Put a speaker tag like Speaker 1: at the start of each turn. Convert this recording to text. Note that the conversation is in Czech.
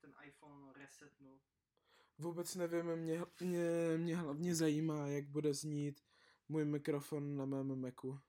Speaker 1: ten iPhone resetnu.
Speaker 2: Vůbec nevím, mě, mě, mě hlavně zajímá, jak bude znít můj mikrofon na mém Macu.